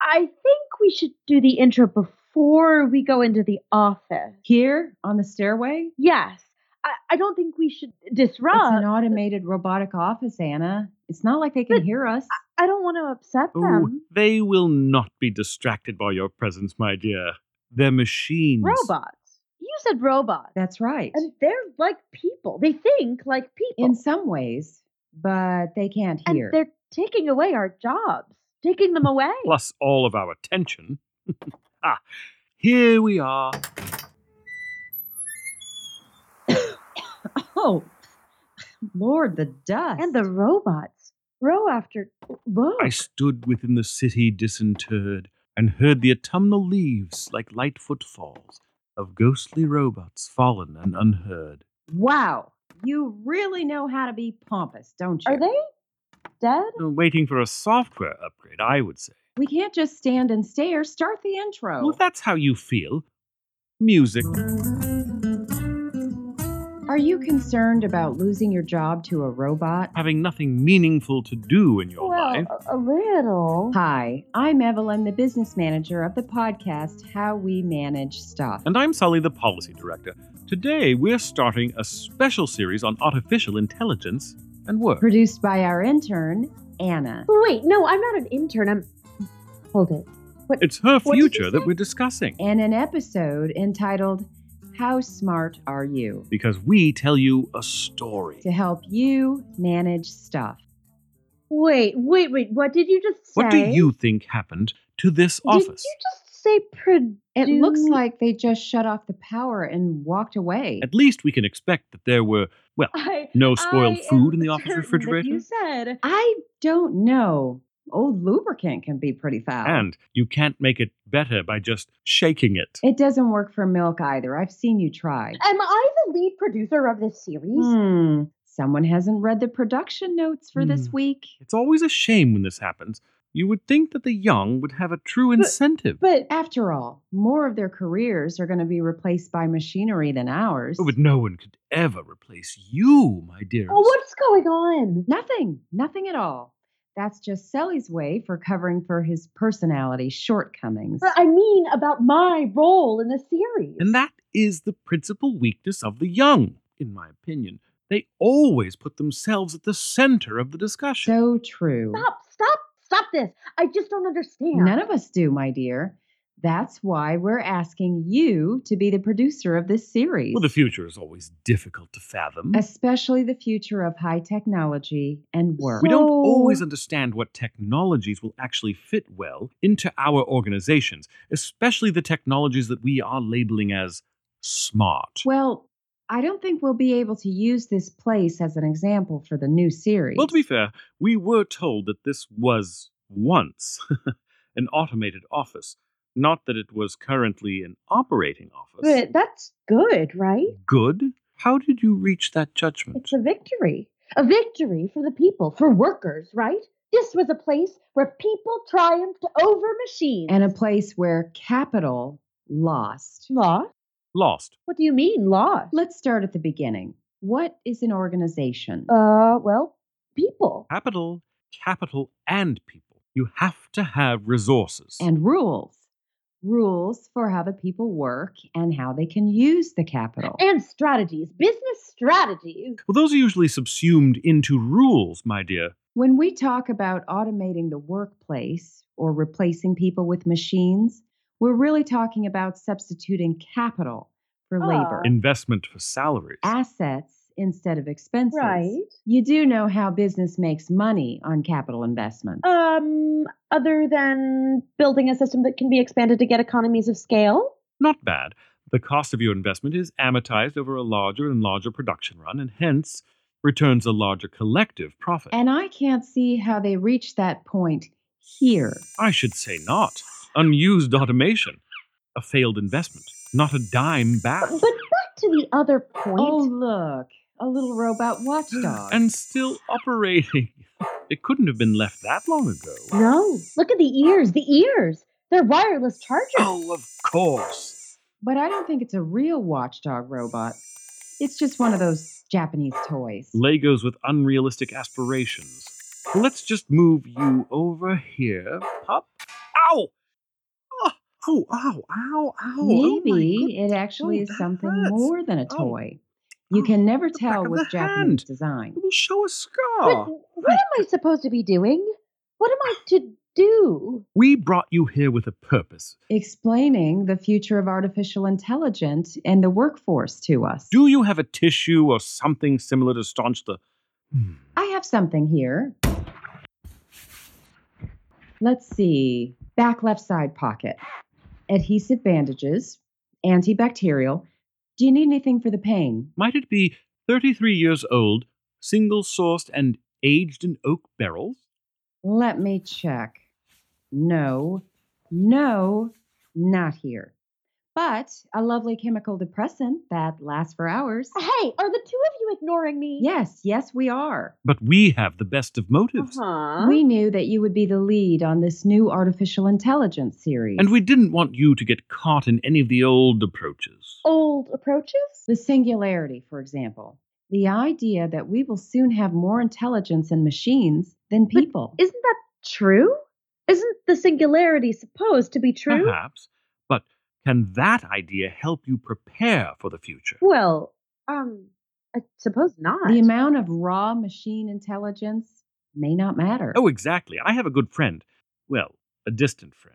I think we should do the intro before we go into the office. Here on the stairway? Yes. I, I don't think we should disrupt. It's an automated robotic office, Anna. It's not like they can But- hear us. I don't want to upset Ooh, them. they will not be distracted by your presence, my dear. They're machines. Robots. You said robots. That's right. And they're like people. They think like people. In some ways, but they can't and hear. they're taking away our jobs, taking them away. Plus all of our attention. ah, here we are. Oh, Lord, the dust. and the robots. Row after row. I stood within the city disinterred and heard the autumnal leaves like light footfalls of ghostly robots fallen and unheard. Wow. You really know how to be pompous, don't you? Are they dead? Uh, Waiting for a software upgrade, I would say. We can't just stand and stare. Start the intro. Oh. Well, if that's how you feel. Music. Mm. Are you concerned about losing your job to a robot? Having nothing meaningful to do in your Well, life. a, a little. Hi, I'm Evelyn, the business manager of the podcast How We Manage Stuff. And I'm Sully, the policy director. Today, we're starting a special series on artificial intelligence and work. Produced by our intern, Anna. Wait, no, I'm not an intern. I'm. Hold it. It's her What did you future say? that we're discussing and an episode entitled How Smart Are You? because we tell you a story. to help you manage stuff. Wait, wait, wait. What did you just say? What do you think happened to this Did office? you just say pro? It Do- looks like they just shut off the power and walked away. At least we can expect that there were I, no spoiled I food am in the office certain that refrigerator. You said. I don't know. Old lubricant can be pretty foul. And you can't make it better by just shaking it. it doesn't work for milk either. I've seen you try. Uh, Am I the lead producer of this series? Hmm. Someone hasn't read the production notes for this Hmm. week. It's always a shame when this happens. You would think that the young would have a true incentive. But After all, more of their careers are going to be replaced by machinery than ours. But no one could ever replace you, my dearest. oh, what's going on? Nothing, nothing at all. That's just Sally's way for covering for his personality shortcomings. But I mean about my role in the series. And that is the principal weakness of the young, in my opinion. They always put themselves at the center of the discussion. So true. stop, stop, stop this. I just don't understand. None of us do, my dear. That's why we're asking you to be the producer of this series, well, the mm. future is always difficult to fathom. especially the future of high technology and work. we don't So- always understand what technologies will actually fit well into our organizations, especially the technologies that we are labeling as smart. Well, I don't think we'll be able to use this place as an example for the new series. Well, to be fair, we were told that this was once an automated office, not that it was currently an operating office. But that's good, right? Good? How did you reach that judgment? It's a victory. A victory for the people, for workers, right? This was a place where people triumphed over machines. and a place where capital lost. law? Lost. What do you mean, law? Let's start at the beginning. What is an organization? Uh, well, people. Capital, capital, and people. You have to have resources. and rules. Rules for how the people work and how they can use the capital. And strategies, business strategies. well, those are usually subsumed into rules, my dear. when we talk about automating the workplace or replacing people with machines, we're really talking about substituting capital for Ah. labor, Investment for salaries. assets instead of expenses. Right. You do know how business makes money on capital investment. Um, other than building a system that can be expanded to get economies of scale? Not bad. The cost of your investment is amortized over a larger and larger production run, and hence returns a larger collective profit. and I can't see how they reach that point here. I should say not. Unused automation. A failed investment. Not a dime back. But back to the other point. Oh, look, a little robot watchdog. and still operating. It couldn't have been left that long ago. No, look at the ears, the ears. They're wireless chargers. Oh, of course. But I don't think it's a real watchdog robot. It's just one of those Japanese toys. Legos with unrealistic aspirations. Let's just move you over here, pup. Ow! Oh, ow, ow, ow. Maybe it actually Oh, is that something hurts. more than a Oh. toy. You Oh, can never the back tell of with the Japanese hand. design. It will show a But scar. what am I supposed to be doing? What am I Ah. to do? We brought you here with a purpose. Explaining the future of artificial intelligence and the workforce to us. Do you have a tissue or something similar to staunch the. Hmm. I have something here. Let's see. Back left side pocket. Adhesive bandages, antibacterial. Do you need anything for the pain? Might it be 33 years old, single sourced, and aged in oak barrels? Let me check. No, no, not here. But a lovely chemical depressant that lasts for hours. Hey, are the two of you ignoring me? Yes, yes, we are. But we have the best of motives. Uh-huh. We knew that you would be the lead on this new artificial intelligence series. And we didn't want you to get caught in any of the old approaches. Old approaches? The singularity, for example. The idea that we will soon have more intelligence in machines than But people. Isn't that true? Isn't the singularity supposed to be true? Perhaps. But can that idea help you prepare for the future? Well, um, I suppose not. the amount of raw machine intelligence may not matter. Oh, exactly. I have a good friend. Well, a distant friend.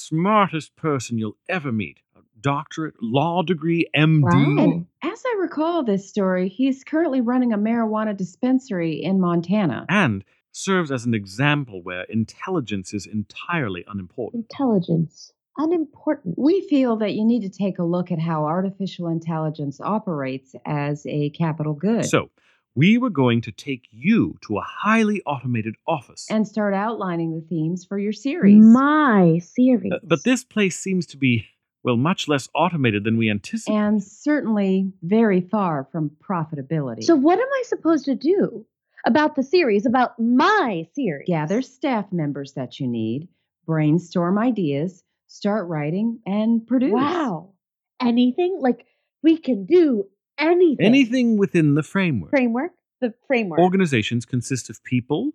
Smartest person you'll ever meet. A doctorate, law degree, MD. Wow. and as I recall this story, he's currently running a marijuana dispensary in Montana. And serves as an example where intelligence is entirely unimportant. Intelligence. Unimportant. We feel that you need to take a look at how artificial intelligence operates as a capital good So, we were going to take you to a highly automated office. and start outlining the themes for your series. My series. Uh, but this place seems to be, well, much less automated than we anticipated. and certainly very far from profitability. So what am I supposed to do about the series, about my series? gather staff members that you need, brainstorm ideas, start writing, and produce. Wow. Anything? Like, we can do anything. Anything within the framework. Framework? The framework. Organizations consist of people,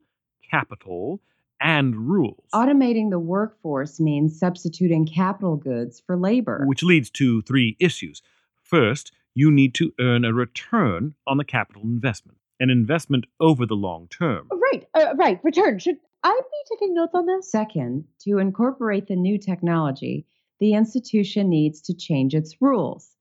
capital, and rules, Automating the workforce means substituting capital goods for labor. which leads to three issues. First, you need to earn a return on the capital investment, an investment over the long term. Right, uh, right. Return. Should I be taking notes on this? Second, to incorporate the new technology, the institution needs to change its rules.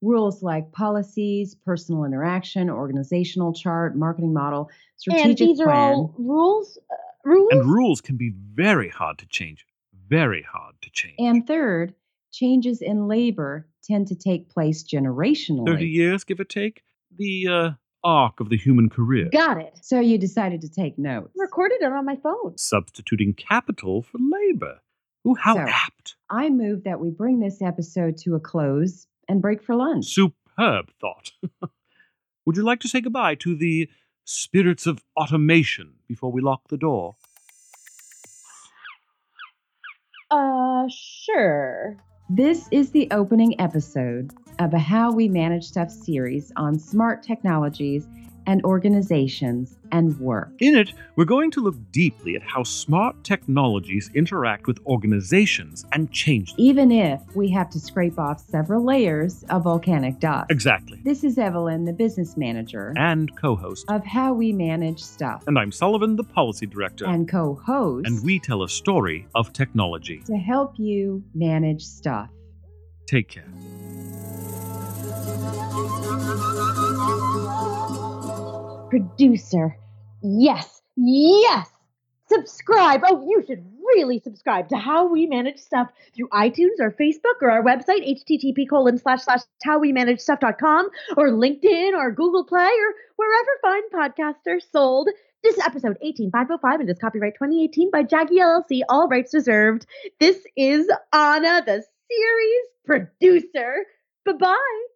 Rules like policies, personal interaction, organizational chart, marketing model, strategic and these plan. are all rules. Uh, rules. And rules can be very hard to change. Very hard to change. And third, changes in labor tend to take place 30 generationally. years, give or take, the uh, arc of the human career. Got it. So you decided to take notes. Recorded it on my phone. substituting capital for labor. Ooh, how So- apt. I move that we bring this episode to a close and break for lunch. Superb thought. Would you like to say goodbye to the spirits of automation before we lock the door? Uh, sure. This is the opening episode of a How We Manage Stuff series on smart technologies and organizations and work. In it, we're going to look deeply at how smart technologies interact with organizations and change them. Even if we have to scrape off several layers of volcanic dust. Exactly. This is Evelyn, the business manager And co host. of How We Manage Stuff And I'm Sullivan, the policy director. and co host. And we tell a story of technology. to help you manage stuff. Take care. Producer. Yes. Yes. Subscribe. Oh, you should really subscribe to How We Manage Stuff through iTunes or Facebook or our website, http colon slash slash howwemanagestuff.com or LinkedIn or Google Play or wherever fine podcasts are sold. This is episode 18505 and is copyright 2018 by Jaggy LLC, all rights reserved. This is Anna, the series producer. Bye-bye.